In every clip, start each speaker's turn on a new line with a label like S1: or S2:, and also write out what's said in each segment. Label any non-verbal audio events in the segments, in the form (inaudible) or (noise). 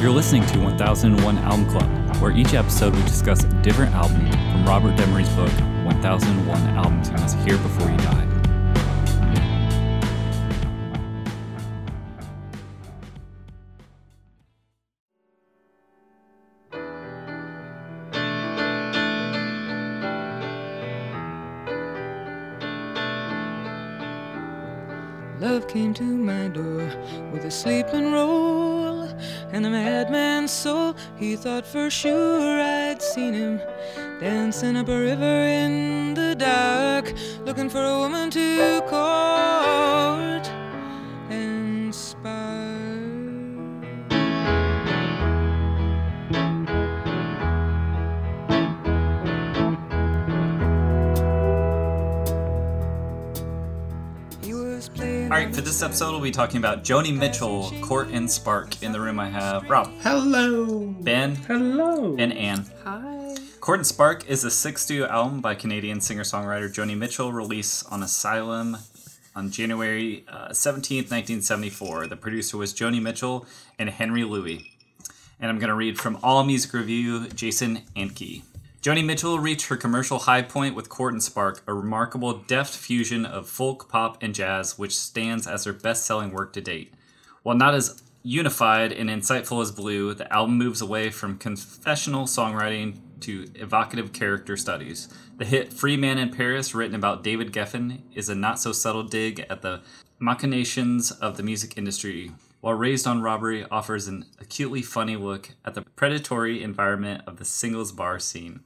S1: You're listening to 1001 Album Club, where each episode we discuss a different album from Robert Demery's book, 1001 Albums You Must Hear Before You Die.
S2: Love came to my door with a sleeping roll and a madman's soul. He thought for sure I'd seen him dancing up a river in the dark, looking for a woman to court and spy. He was playing.
S1: All right, for this episode, we'll be talking about Joni Mitchell, Court and Spark. In the room, I have Rob,
S3: Hello.
S1: Ben,
S3: Hello.
S1: and Anne.
S3: hi.
S1: Court and Spark is the sixth studio album by Canadian singer songwriter Joni Mitchell, released on Asylum on January uh, seventeenth, nineteen seventy four. The producer was Joni Mitchell and Henry Louis. And I'm going to read from All Music Review, Jason Anke. Joni Mitchell reached her commercial high point with Court and Spark, a remarkable deft fusion of folk, pop, and jazz, which stands as her best selling work to date. While not as unified and insightful as Blue, the album moves away from confessional songwriting to evocative character studies. The hit Free Man in Paris, written about David Geffen, is a not so subtle dig at the machinations of the music industry, while Raised on Robbery offers an acutely funny look at the predatory environment of the singles bar scene.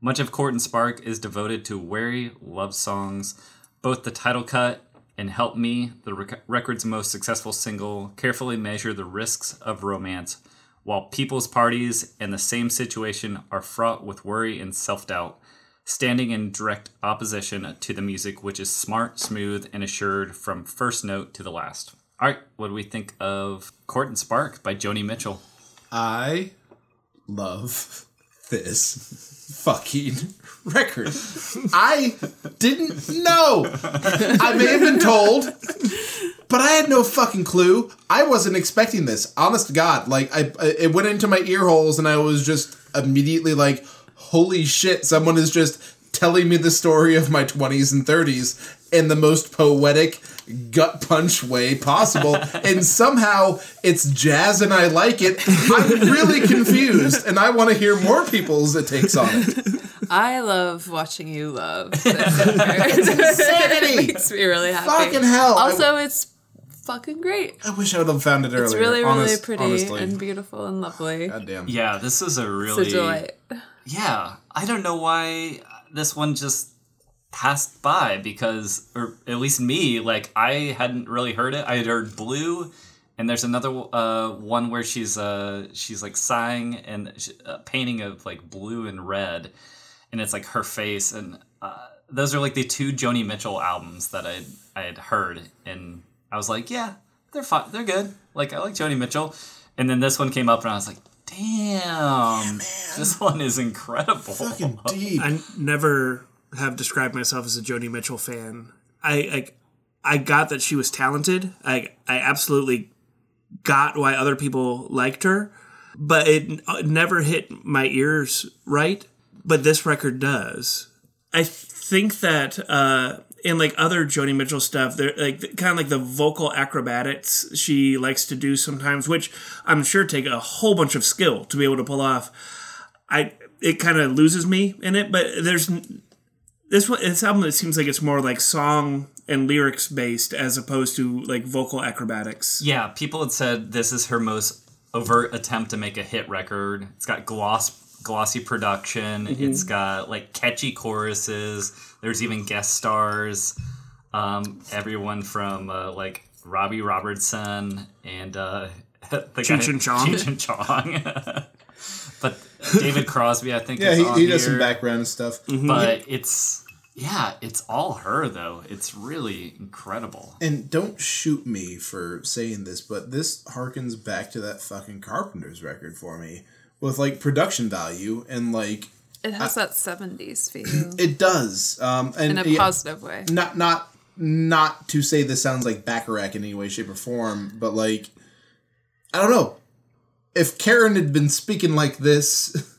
S1: Much of Court and Spark is devoted to wary love songs. Both the title cut and Help Me, the rec- record's most successful single, carefully measure the risks of romance, while People's Parties and The Same Situation are fraught with worry and self doubt, standing in direct opposition to the music, which is smart, smooth, and assured from first note to the last. All right, what do we think of Court and Spark by Joni Mitchell?
S3: I love this fucking record. I didn't know. I may have been told, but I had no fucking clue. I wasn't expecting this. Honest to God, like I, I- it went into my ear holes, and I was just immediately like, "Holy shit!" Someone is just telling me the story of my twenties and thirties in the most poetic gut punch way
S4: (laughs)
S3: possible and somehow it's jazz and i like it i'm
S4: (laughs)
S3: really confused and i want to hear more people's takes on it
S4: I love watching you
S3: (laughs)
S4: love. this (laughs) episode. it makes me really happy.
S3: Fucking hell.
S4: Also, it's fucking great.
S3: i wish i would have found it earlier
S4: It's really, really
S3: honest-
S4: pretty
S3: honestly.
S4: and beautiful and lovely.
S3: god damn
S1: Yeah, this is a really
S4: It's a delight.
S1: yeah i don't know why this one just passed by because or at least me like i hadn't really heard it i had heard blue and there's another uh, one where she's uh, she's like sighing and sh a painting of like blue and red and it's like her face and uh, those are like the two joni mitchell albums that i i had heard and i was like yeah they're fine they're good like i like joni mitchell and then this one came up and i was like damn this one is incredible
S3: (laughs) fucking deep
S5: I never have described myself as a Joni Mitchell fan. I I, I got that she was talented. I I absolutely got why other people liked her, but it, it never hit my ears right. But this record does. I think that uh, in like other Joni Mitchell stuff, there like kind of like the vocal acrobatics she likes to do sometimes, which I'm sure take a whole bunch of skill to be able to pull off. I it kind of loses me in it, but there's n- this one. This album it seems like it's more like song and lyrics based as opposed to like vocal acrobatics.
S1: Yeah, people had said this is her most overt attempt to make a hit record. It's got gloss glossy production.
S5: Mm-hmm.
S1: It's got like catchy choruses. There's even guest stars. Um, everyone from uh, like Robbie Robertson and uh, (laughs) the guy,
S5: Cheech and Chong.
S1: Cheech and Chong. (laughs) but
S5: (laughs)
S1: David Crosby, I think.
S3: yeah
S1: is
S3: he,
S1: on
S3: he does some
S1: here. Mm-hmm.
S3: background stuff
S5: Mm-hmm.
S1: But it's yeah, it's all her though. It's really incredible.
S3: And don't shoot me for saying this, but this harkens back to that fucking Carpenters record for me with like production value and like
S4: It has that 70s feel
S3: (clears throat) it does. Um, and
S4: in a
S3: yeah,
S4: positive way.
S3: not not not to say this sounds like Bacharach in any way, shape, or form, but like I don't know. if Karen had been speaking like this,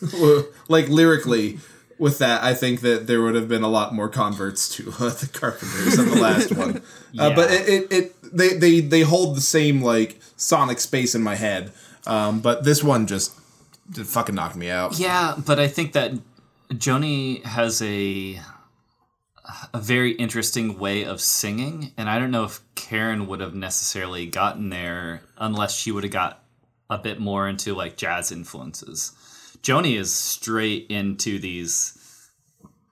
S3: (laughs) well, like lyrically, with that, I think that there would have been a lot more converts to uh, the Carpenters than the last one. Uh, but
S1: Yeah.
S3: it, it, it they, they they hold the same like sonic space in my head. Um, but this one just it fucking knocked me out.
S1: Yeah, but I think that Joni has a a very interesting way of singing, and I don't know if Karen would have necessarily gotten there unless she would have got a bit more into like jazz influences. Joni is straight into these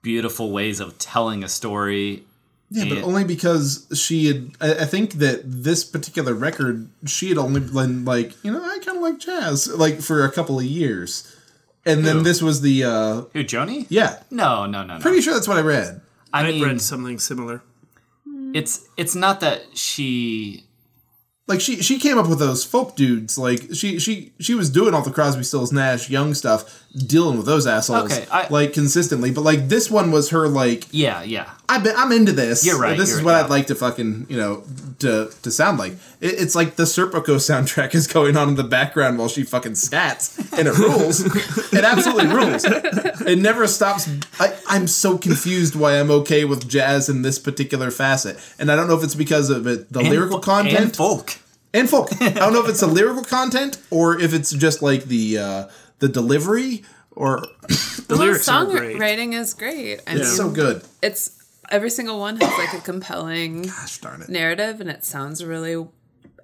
S1: beautiful ways of telling a story.
S3: Yeah, but
S1: And-
S3: only because she had. I, I think that this particular record, she had only been like, you know, I kind of like jazz, like for a couple of years, and then
S1: Who?
S3: this was the. uh
S1: Who Joni?
S3: Yeah,
S1: No, no, no, no.
S3: pretty sure that's what I read.
S1: I
S5: I
S1: mean,
S5: read something similar.
S1: it's it's not that she
S3: Like she she came up with those folk dudes. Like she she she was doing all the Crosby, Stills, Nash, Young stuff, dealing with those assholes.
S1: Okay, I-
S3: like consistently, but like this one was her like
S1: yeah, yeah.
S3: I've been, I'm into this.
S1: You're right,
S3: This
S1: you're
S3: is
S1: right,
S3: what
S1: yeah.
S3: I'd like to fucking you know to to sound like. It, it's like the Serpico soundtrack (laughs) is going on in the background while she fucking scats, and it rules.
S1: (laughs)
S3: it absolutely rules. It never stops. I, I'm so confused why I'm okay with jazz in this particular facet, and I don't know if it's because of it, the lyrical
S1: And fo- and
S3: content
S1: folk.
S3: and folk. I don't know if it's the lyrical content or if it's just like the uh, the delivery or
S5: The
S4: Well,
S5: lyrics are great.
S4: songwriting is great. I mean,
S3: it's so good.
S4: it's every single one has like a compelling
S3: Gosh darn it.
S4: narrative, and it sounds really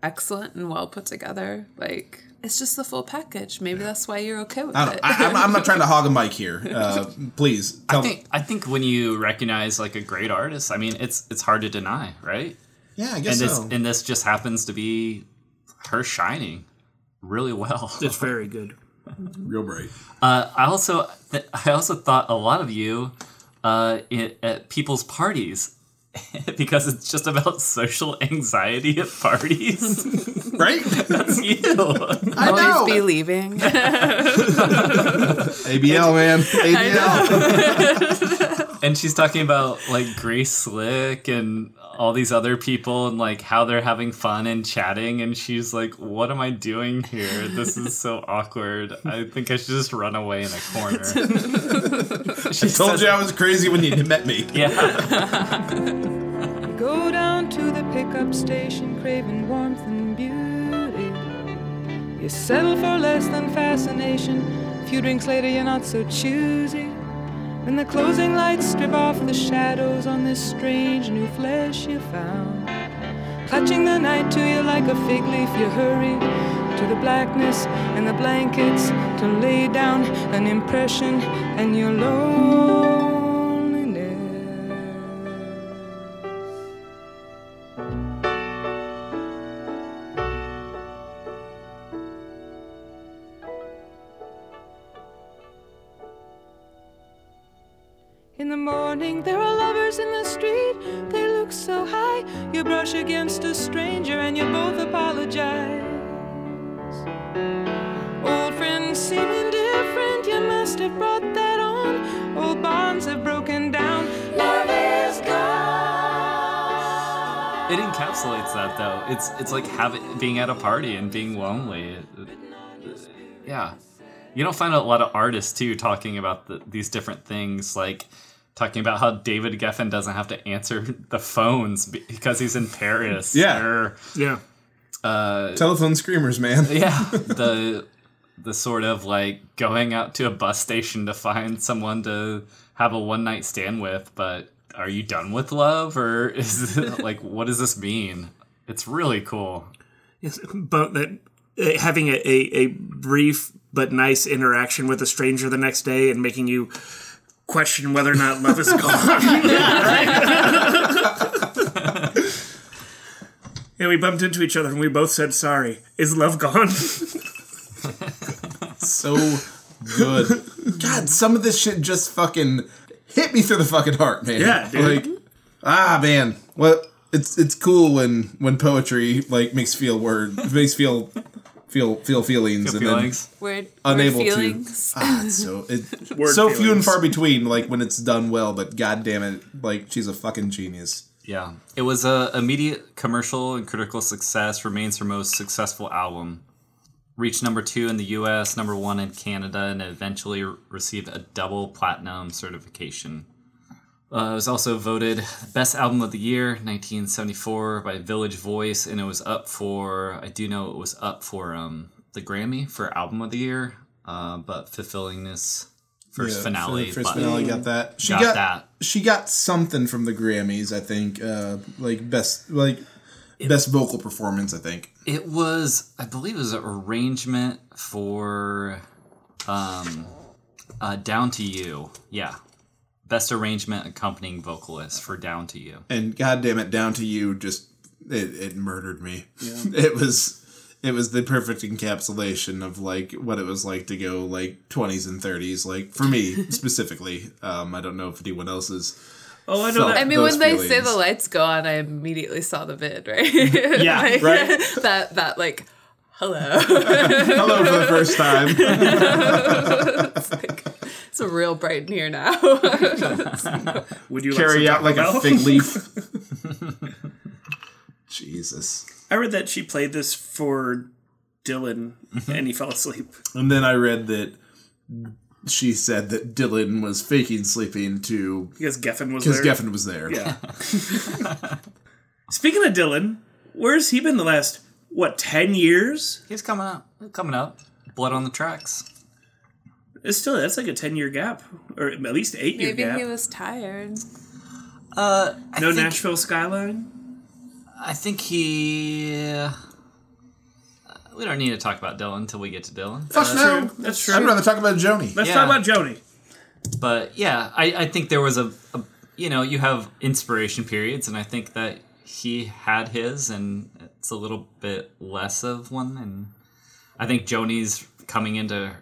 S4: excellent and well put together. Like it's just the full package. Maybe that's why you're okay with
S3: I don't,
S4: it.
S3: I, I'm,
S4: (laughs)
S3: I'm not trying to hog a mic here. Uh, please tell
S1: I think I think when you recognize like a great artist, I mean it's it's hard to deny, right?
S3: Yeah, I
S1: And
S3: guess
S1: this
S3: so.
S1: and this just happens to be her shining really well.
S5: It's very good.
S3: Real bright.
S1: Uh, I also th- I also thought a lot of you uh, i at people's parties (laughs) because it's just about social anxiety at parties. (laughs)
S3: Right?
S1: That's you.
S3: I know.
S4: Always be
S3: (laughs)
S4: leaving.
S3: ABL, man. ABL.
S1: and she's talking about like Grace Slick and all these other people and like how they're having fun and chatting and she's like what am I doing here this is so awkward I think I should just run away in a (laughs) corner she
S3: Told
S1: says-
S3: you (laughs) I was crazy when you met me.
S1: yeah
S2: We go down to the pickup station, craving warmth and beauty. You settle for less than fascination. A few drinks later, you're not so choosy. When the closing lights strip off the shadows on this strange new flesh you found. Clutching the night to you like a fig leaf, you hurry to the blackness and the blankets to lay down an impression and your loneliness. In the morning, there are lovers in the street. They look so high. You brush against a stranger and you both apologize. Old friends seem indifferent. You must have brought that on. Old bonds have broken down. Love is gone.
S1: it encapsulates that though it's it's like having being at a party and being lonely It- it- yeah you don't find a lot of artists too talking about the, these different things like talking about how David Geffen doesn't have to answer (laughs) the phones be- because he's in Paris
S3: Yeah.
S1: or uh,
S5: Yeah.
S3: Telephone screamers, man.
S1: yeah (laughs) the the sort of like going out to a bus station to find someone to have a one night stand with but are you done with love or is it like what does this mean it's really cool
S5: Yes, but that uh, having a, a, a brief but nice interaction with a stranger the next day and making you question whether or not love is
S3: (laughs)
S5: gone. yeah, we bumped into each other and we both said sorry. Is love gone?
S3: So good. God, some of this shit just fucking hit me through the fucking heart, man.
S5: Yeah, dude.
S3: Like, ah, man. Well, it's it's cool when when poetry like makes feel word makes feel feel feel feelings and then
S1: feelings
S4: We're,
S3: unable
S4: we're
S3: to.
S4: feelings.
S3: Ah, (laughs) it's so it,
S5: Word
S3: so few and
S5: feelings.
S3: far between. Like when it's done well, but god damn it, like she's a fucking genius.
S1: yeah it was a immediate commercial and critical success remains her most successful album reached number two in the US, number one in Canada, and eventually received a double platinum certification. Uh, it was also voted Best Album of the Year, 1974, by Village Voice, and it was up for, I do know it was up for um, the Grammy for Album of the Year, uh, but Fulfillingness first
S3: Yeah,
S1: finale.
S3: for- First
S1: but-
S3: finale got that. She
S1: Got
S3: got,
S1: that.
S3: She got something from the Grammys, I think. Uh, like best, like best vocal performance, I think.
S1: It was, I believe, it was an arrangement for um, uh, "Down to You." Yeah, best arrangement accompanying vocalist for "Down to You."
S3: And goddamn it, down to you, just it, it murdered me. (laughs) it was. It was the perfect encapsulation of like what it was like to go like 20s and 30s, like
S1: (laughs)
S3: for me specifically. Um, I don't know if anyone else's.
S5: Oh, I know
S3: Felt-
S5: that.
S4: I mean,
S3: those
S4: when they say
S3: feelings.
S4: the lights go on, I immediately saw the vid, right?
S1: Yeah,
S4: Like,
S3: right.
S4: (laughs) That that like, hello. (laughs)
S3: Hello for the first (laughs) time.
S4: it's real bright in here now.
S5: Would you
S3: Carry
S5: some
S3: out like
S5: Taco
S3: a
S5: Bell?
S3: fig (laughs) leaf. Jesus.
S5: (laughs) I read that she played this for Dylan, and he fell asleep.
S3: And then I read that she said that Dylan was faking sleeping to
S5: Because Geffen was
S3: because
S5: there.
S3: Geffen was there.
S5: Yeah. Speaking of Dylan, where's he been the last what ten years?
S1: He's coming up. Coming up. Blood on the tracks.
S5: It's still that's like a ten year gap, or at least eight
S4: (laughs)
S5: year
S4: Maybe
S5: gap.
S4: he was tired.
S1: Uh, I
S5: no
S1: think,
S5: Nashville skyline.
S1: I think he. uh, we don't need to talk about Dylan until we get to Dylan.
S3: Fuck no.
S5: That's
S3: I'd
S5: true.
S3: rather talk about Joni.
S5: Let's
S1: Yeah.
S5: talk about Joni.
S1: but yeah, I, I think there was a, a, you know, you have inspiration periods, and I think that he had his, and it's a little bit less of one. And I think Joni's coming into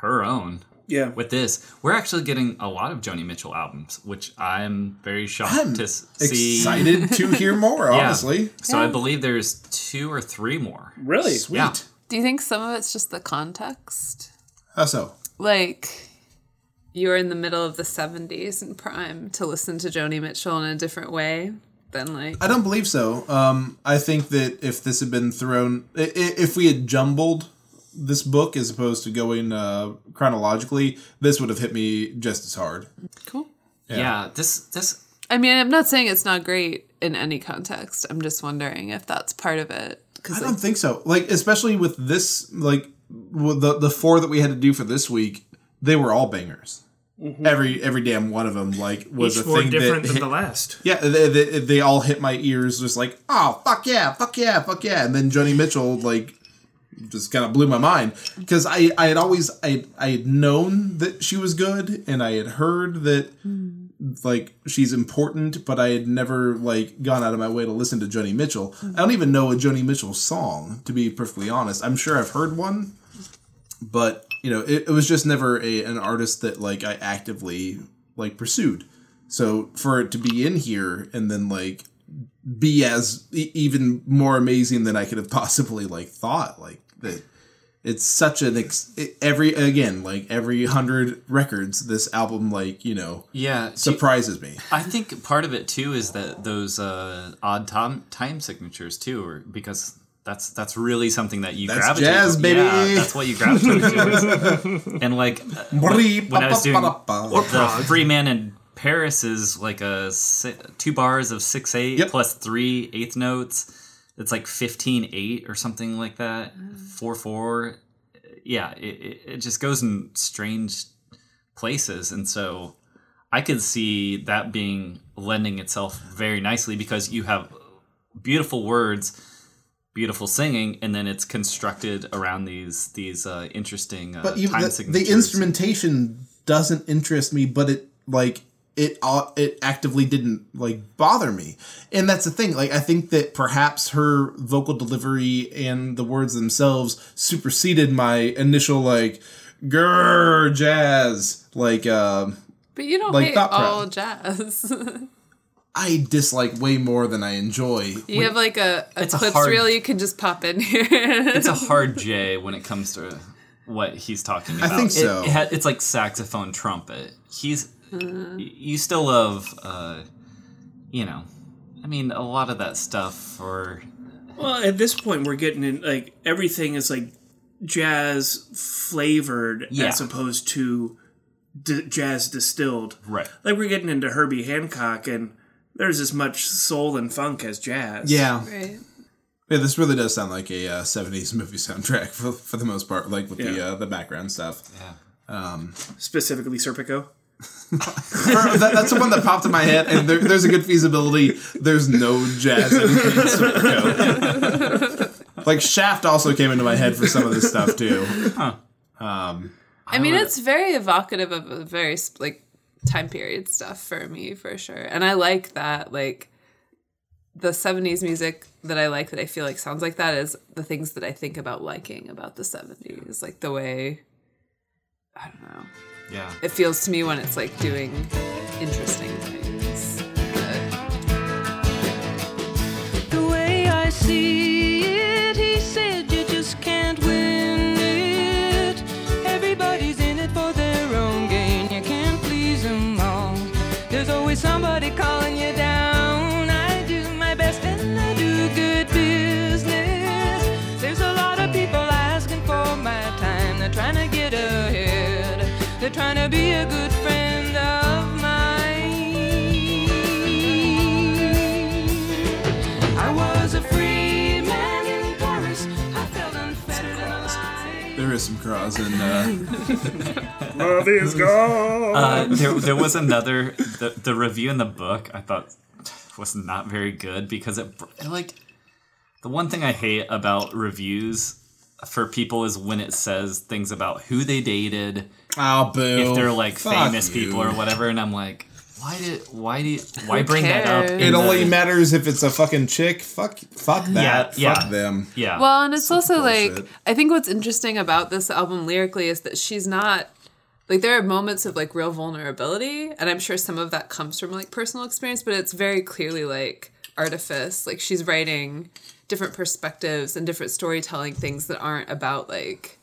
S1: her own
S5: Yeah.
S1: with this. We're actually getting a lot of Joni Mitchell albums, which I'm very shocked
S3: I'm
S1: to s- see.
S3: (laughs) Excited to hear more,
S1: Yeah.
S3: honestly.
S1: So I believe there's two or three more.
S5: really?
S3: Sweet.
S1: Yeah.
S4: Do you think some of it's just the context?
S3: How so?
S4: Like, you were in the middle of the 70s and prime to listen to Joni Mitchell in a different way than like.
S3: I don't believe so. Um, I think that if this had been thrown, i- i- if we had jumbled this book as opposed to going uh, chronologically, this would have hit me just as hard.
S4: Cool.
S1: Yeah. This this
S4: I mean, I'm not saying it's not great in any context. I'm just wondering if that's part of it. Because
S3: I don't think so. Like especially with this, like with the the four that we had to do for this week, they were all bangers. Every every damn one of them like was
S5: Mm-hmm. Each
S3: a
S5: more
S3: thing
S5: different
S3: that
S5: than
S3: (laughs) hit-
S5: the last.
S3: yeah they, they, they all hit my ears just like oh fuck yeah fuck yeah fuck yeah and then Joni Mitchell like just kind of blew my mind because I I had always I I had known that she was good and I had heard that like she's important but I had never like gone out of my way to listen to Joni Mitchell I don't even know a Joni Mitchell song to be perfectly honest I'm sure I've heard one but you know it, it was just never a an artist that like I actively like pursued so for it to be in here and then like be as e- even more amazing than I could have (laughs) possibly like thought like that it's such an ex- e, every again like every 100 records this album like you know
S1: yeah. do you-
S3: surprises me
S1: I think part of it too is that those uh, odd time time signatures too, or because that's that's really something that you
S3: That's
S1: gravitate.
S3: jazz,
S1: to-
S3: baby.
S1: Yeah, that's what you gravitate towards.
S3: (laughs)
S1: and like uh, when, when I was doing the Free Man in Paris is like a si- two bars of six eight
S3: Yep.
S1: plus three eighth notes. It's like 15 8 or something like that. Four four. Yeah, it, it, it just goes in strange places, and so. I could see that being lending itself very nicely because you have beautiful words, beautiful singing, and then it's constructed around these these uh, interesting uh,
S3: but even
S1: time
S3: the,
S1: signatures.
S3: the instrumentation doesn't interest me but it like it uh, it actively didn't like bother me and that's the thing like i think that perhaps her vocal delivery and the words themselves superseded my initial like grrr jazz like um
S4: but you don't
S3: like
S4: hate
S3: thought
S4: all jazz. (laughs)
S3: i dislike way more than i enjoy
S4: you have like a, a
S1: It's a
S4: clips
S1: hard-
S4: reel you can just pop in here.
S1: it's a hard J when it comes to what he's talking about.
S3: think
S1: It-
S3: so.
S1: It, ha- it's like saxophone trumpet. He's y- you still love, uh, you know, I mean, a lot of that stuff. Or
S5: Well, at this point, we're getting in like everything is like jazz flavored
S1: Yeah.
S5: as opposed to d- jazz distilled.
S1: Right.
S5: Like we're getting into Herbie Hancock, and there's as much soul and funk as jazz.
S3: Yeah.
S4: (laughs) Right.
S3: Yeah, this really does sound like a uh, '70s movie soundtrack for, for the most part, like with the
S5: Yeah.
S3: uh, the background stuff.
S5: specifically
S4: (laughs)
S5: Serpico.
S3: Or that- that's the one that popped in my head, and there, there's a good feasibility. There's no jazz. In Serpico. like Shaft also came into my head for some of this stuff too.
S4: I mean, it's very evocative of a very sp- like time period stuff for me for sure, and I like that. Like the '70s music that I like, that I feel like sounds like that, is the things that I think about liking about the '70s, like the way I don't know.
S1: Yeah.
S4: It feels to me when it's like doing interesting things.
S2: The way I see it, he said, you just can't win it. Everybody's in it for their own gain. You can't please them all. There's always somebody calling you down. I do my best and I do good business. There's a lot of people asking for my time. They're trying to get ahead. They're trying to be a good friend of mine. I was a free man in Paris. I felt unfettered and alive.
S3: There is some cross in uh,
S5: Love is gone.
S1: Uh, there, there was another the, the review in the book I thought was not very good because it br- it, like the one thing I hate about reviews for people is when it says things about who they dated
S3: oh boo.
S1: if they're like
S3: Fuck
S1: famous
S3: you.
S1: people or whatever and I'm like why did why do why bring that up?
S4: cares?
S1: in
S3: It only
S1: the-
S3: matters if it's a fucking chick. Fuck, fuck that.
S1: Yeah,
S3: fuck
S1: yeah.
S3: them.
S1: yeah.
S4: Well, and it's also like
S3: bullshit.
S4: I think what's interesting about this album lyrically is that she's not like there are moments of like real vulnerability, and I'm sure some of that comes from like personal experience, but it's very clearly like artifice. Like she's writing different perspectives and different storytelling things that aren't about like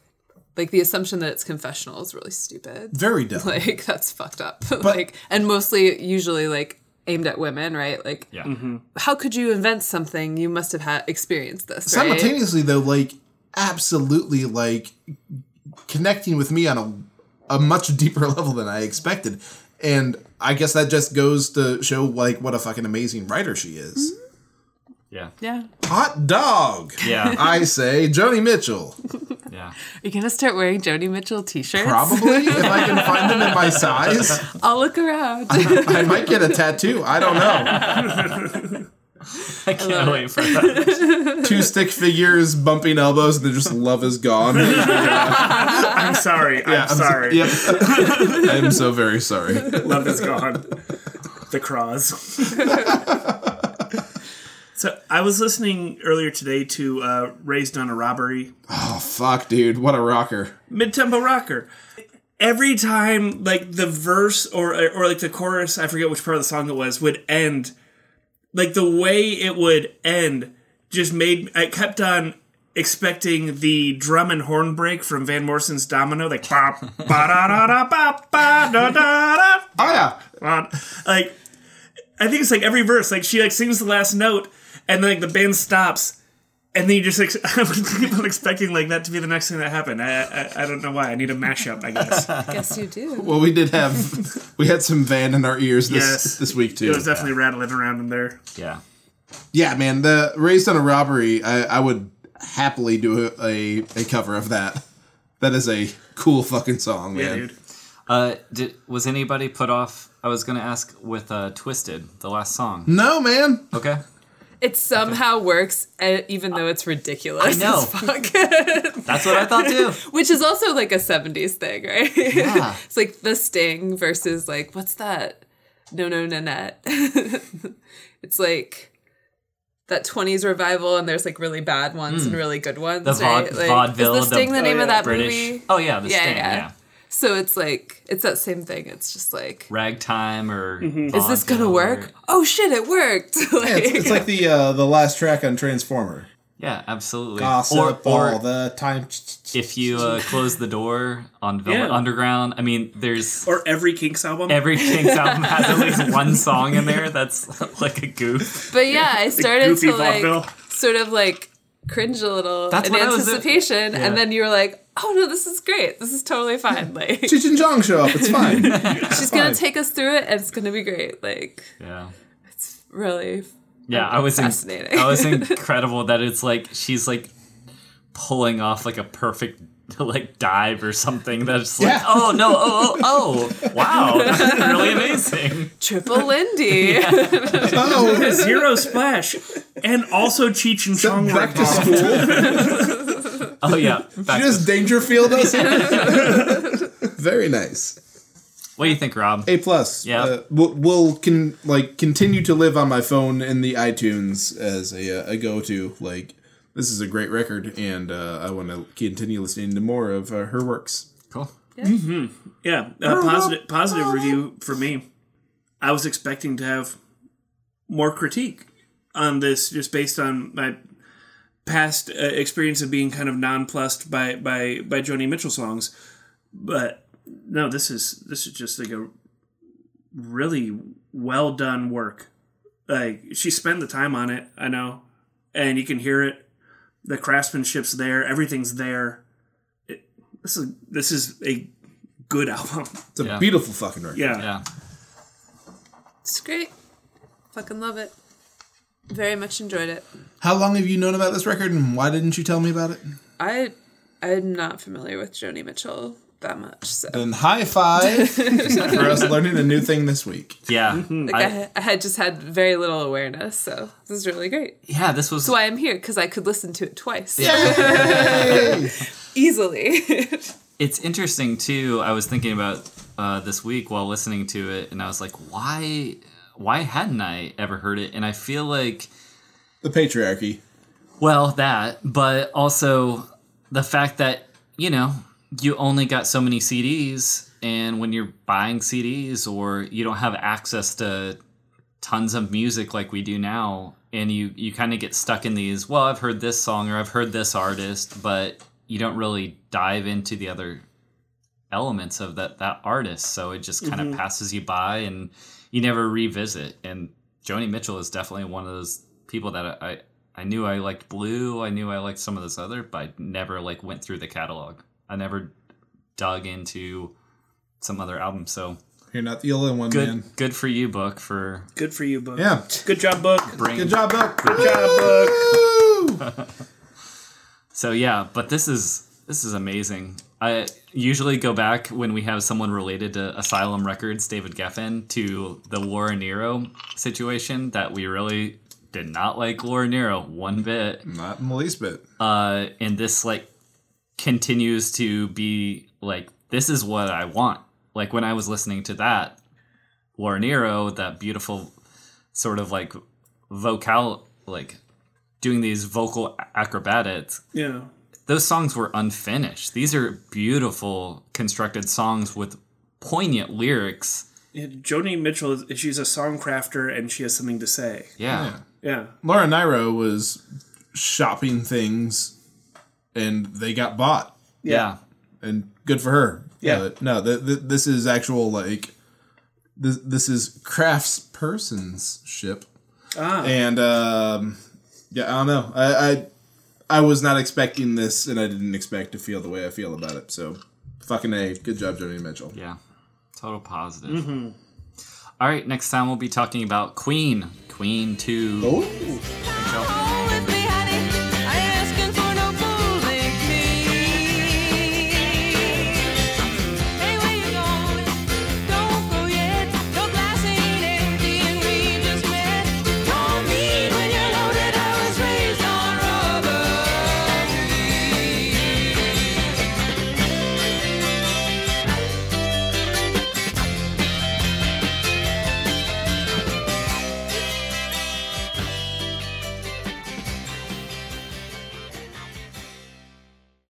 S4: like the assumption that it's confessional is really stupid.
S3: Very dumb.
S4: (laughs) Like that's fucked up. (laughs) like and mostly usually like aimed at women, right? Like
S1: yeah.
S3: Mm-hmm.
S4: how could you invent something? You must have had experienced this. right?
S3: Simultaneously, though, like absolutely, like connecting with me on a a much deeper (laughs) level than I expected, and I guess that just goes to show like what a fucking amazing writer she is.
S1: Yeah.
S4: Yeah.
S3: Hot dog.
S1: Yeah.
S3: (laughs) I say Joni Mitchell.
S1: Yeah. (laughs)
S4: Are you gonna start wearing Joni Mitchell t-shirts?
S3: Probably if I can find them in my size,
S4: (laughs) I'll look around.
S3: I might get a tattoo. I don't know.
S1: I can't wait for
S4: (laughs)
S1: that.
S3: Two stick figures bumping elbows and then just love is gone.
S5: I'm sorry. I'm,
S3: I'm so-
S5: sorry.
S3: yep. I'm so very sorry.
S5: Love is gone. The Cross. (laughs) so I was listening earlier today to uh, "Raised on a Robbery"
S3: Fuck, dude, what a rocker.
S5: mid-tempo rocker. Every time, like the verse or or like the chorus, I forget which part of the song it was, would end. Like the way it would end, just made I kept on expecting the drum and horn break from Van Morrison's Domino, like bop ba da da da bop ba da da da
S3: Oh yeah,
S5: on. Um, Like, I think it's like every verse. Like she like sings the last note, and then like the band stops, and then you just ex- (laughs) I was keep on expecting like that to be the next thing that happened. I, I I don't know why. I need a mashup. I guess it
S4: I guess
S1: (laughs)
S4: you do.
S3: Well, we did (laughs) have we had some van in our ears this
S5: Yes.
S3: this week too.
S5: was definitely rattling around in there.
S1: Yeah.
S3: yeah, man. The raised on a robbery. I, I would happily do a, a a cover of that. That is a cool fucking song, man.
S5: Yeah, dude.
S1: Uh did was anybody put off I was going to ask with uh Twisted, the last song.
S3: No, man.
S1: Okay.
S4: It somehow works, eh, even though it's ridiculous.
S1: I know.
S4: as fuck. (laughs)
S1: That's what I thought too.
S4: Which is also like a '70s thing, right?
S1: Yeah.
S4: (laughs) it's like the Sting versus like what's that? No, no, Nanette. (laughs) it's like that 20s revival, and there's like really bad ones and really good ones.
S1: Hmm. The
S4: right?
S1: vaude-
S4: Like,
S1: vaudeville,
S4: Is the Sting
S1: the-
S4: the, name
S5: Oh,
S4: of
S5: yeah.
S4: that
S1: British.
S4: movie?
S1: Oh yeah, the
S4: Yeah,
S1: Sting.
S4: yeah.
S1: yeah.
S4: So it's like it's that same thing. It's just like
S1: ragtime or
S3: Mm-hmm.
S4: Is this gonna
S1: vaudeville
S4: work?
S1: or-
S4: Oh shit, it worked! (laughs) like,
S3: Yeah, it's, it's (laughs) like the uh, the last track on Transformer.
S1: Yeah, absolutely.
S3: Gossip
S1: or,
S3: all
S1: or
S3: the time.
S1: if you uh, close the door on Velvet
S5: Yeah.
S1: Underground, I mean, there's
S5: Or every Kinks album.
S1: every
S4: (laughs)
S1: Kings album has at least one song in there that's like a goof.
S4: but yeah, I started
S5: goofy
S4: to like (laughs)
S5: vaudeville.
S4: sort of like cringe a little
S1: That's
S4: in
S1: what I was-
S4: anticipation,
S1: Yeah.
S4: and then you were like, "Oh no, this is great. This is totally fine. Like
S3: Cheech and Chong show up. It's fine. (laughs)
S4: she's gonna take us through it, and it's gonna be great. Like
S1: Yeah.
S4: really,
S1: Yeah, I was in-
S4: Fascinating. (laughs)
S1: I was incredible that it's like she's like pulling off like a perfect like dive or something that's like
S3: Yeah.
S1: oh no oh oh oh
S4: (laughs)
S1: wow that's really amazing
S4: triple (laughs) Lindy.
S3: Oh,
S5: Zero splash, and also Cheech and Chong were
S3: back to
S5: involved.
S3: school.
S1: oh yeah back
S3: You
S1: to-
S3: know, Dangerfield us. (laughs) Very nice.
S1: what do you think Rob
S3: A plus.
S1: Yeah.
S3: Uh, will will can like continue to live on my phone in the iTunes as a, uh, a go to. Like this is a great record, and uh, I want to continue listening to more of uh, her works.
S1: cool
S5: Yeah, uh, positive positive review for me. I was expecting to have more critique on this, just based on my past uh, experience of being kind of nonplussed by by by Joni Mitchell songs. But no, this is this is just like a really well done work. Like she spent the time on it, I know, and you can hear it. The craftsmanship's there, everything's there. It, this is this is a good album. (laughs)
S3: It's a
S1: Yeah.
S3: beautiful fucking record.
S5: Yeah.
S1: yeah
S4: It's great. Fucking love it. Very much enjoyed it.
S3: How long have you known about this record, and why didn't you tell me about it?
S4: I I'm not familiar with Joni Mitchell that much, so
S3: Then
S1: (laughs)
S3: high five for us learning a new thing this week.
S1: yeah
S4: like
S1: I,
S4: I, I had just had very little awareness. So this is really great. That's
S1: yeah this was
S4: why I'm here because I could listen to it twice
S3: Hey!
S4: (laughs) easily. (laughs)
S1: it's interesting too. I was thinking about uh, this week while listening to it, and I was like, why, why hadn't I ever heard it? And I feel like,
S3: the patriarchy.
S1: well, that, but also the fact that you know you only got so many CDs, and when you're buying CDs or you don't have access to tons of music like we do now, and you you kind of get stuck in these. Well, I've heard this song or I've heard this artist, but you don't really dive into the other elements of that that artist so it just kind of passes you by and you never revisit and joni mitchell is definitely one of those people that i i knew i liked blue i knew i liked some of this other but i never like went through the catalog i never dug into some other album so
S3: You're not the only one,
S1: good
S3: man.
S1: good for you book for
S5: Good for you, Book.
S3: Yeah.
S5: Good job, Book.
S1: bringing
S3: Good job, Buck.
S5: Good job,
S3: Woo!
S5: Book.
S1: So yeah, but this is this is amazing. I usually go back when we have someone related to Asylum Records, David Geffen, to the Laura Nero situation that we really did not like Laura Nero one bit.
S3: Not in the least bit.
S1: Uh, and this like continues to be like this is what I want. Like when I was listening to that Laura Nero, that beautiful sort of like vocal like doing these vocal acrobatics
S5: Yeah.
S1: those songs were unfinished. These are beautiful constructed songs with poignant lyrics.
S5: Yeah, Joni Mitchell, is- she's a song crafter and she has something to say.
S1: Yeah.
S5: Yeah.
S3: Laura Nyro was shopping things, and they got bought.
S1: Yeah.
S3: and good for her.
S5: Yeah.
S3: But no, th- th- this is actual like this this is crafts person's ship. Ah. And um, yeah, I don't know. I, I I was not expecting this, and I didn't expect to feel the way I feel about it. So, fucking a good job, Joni Mitchell.
S1: Yeah. Total positive. All right, next time we'll be talking about Queen, Queen 2.
S3: Oh,
S6: Thank you
S2: Oh,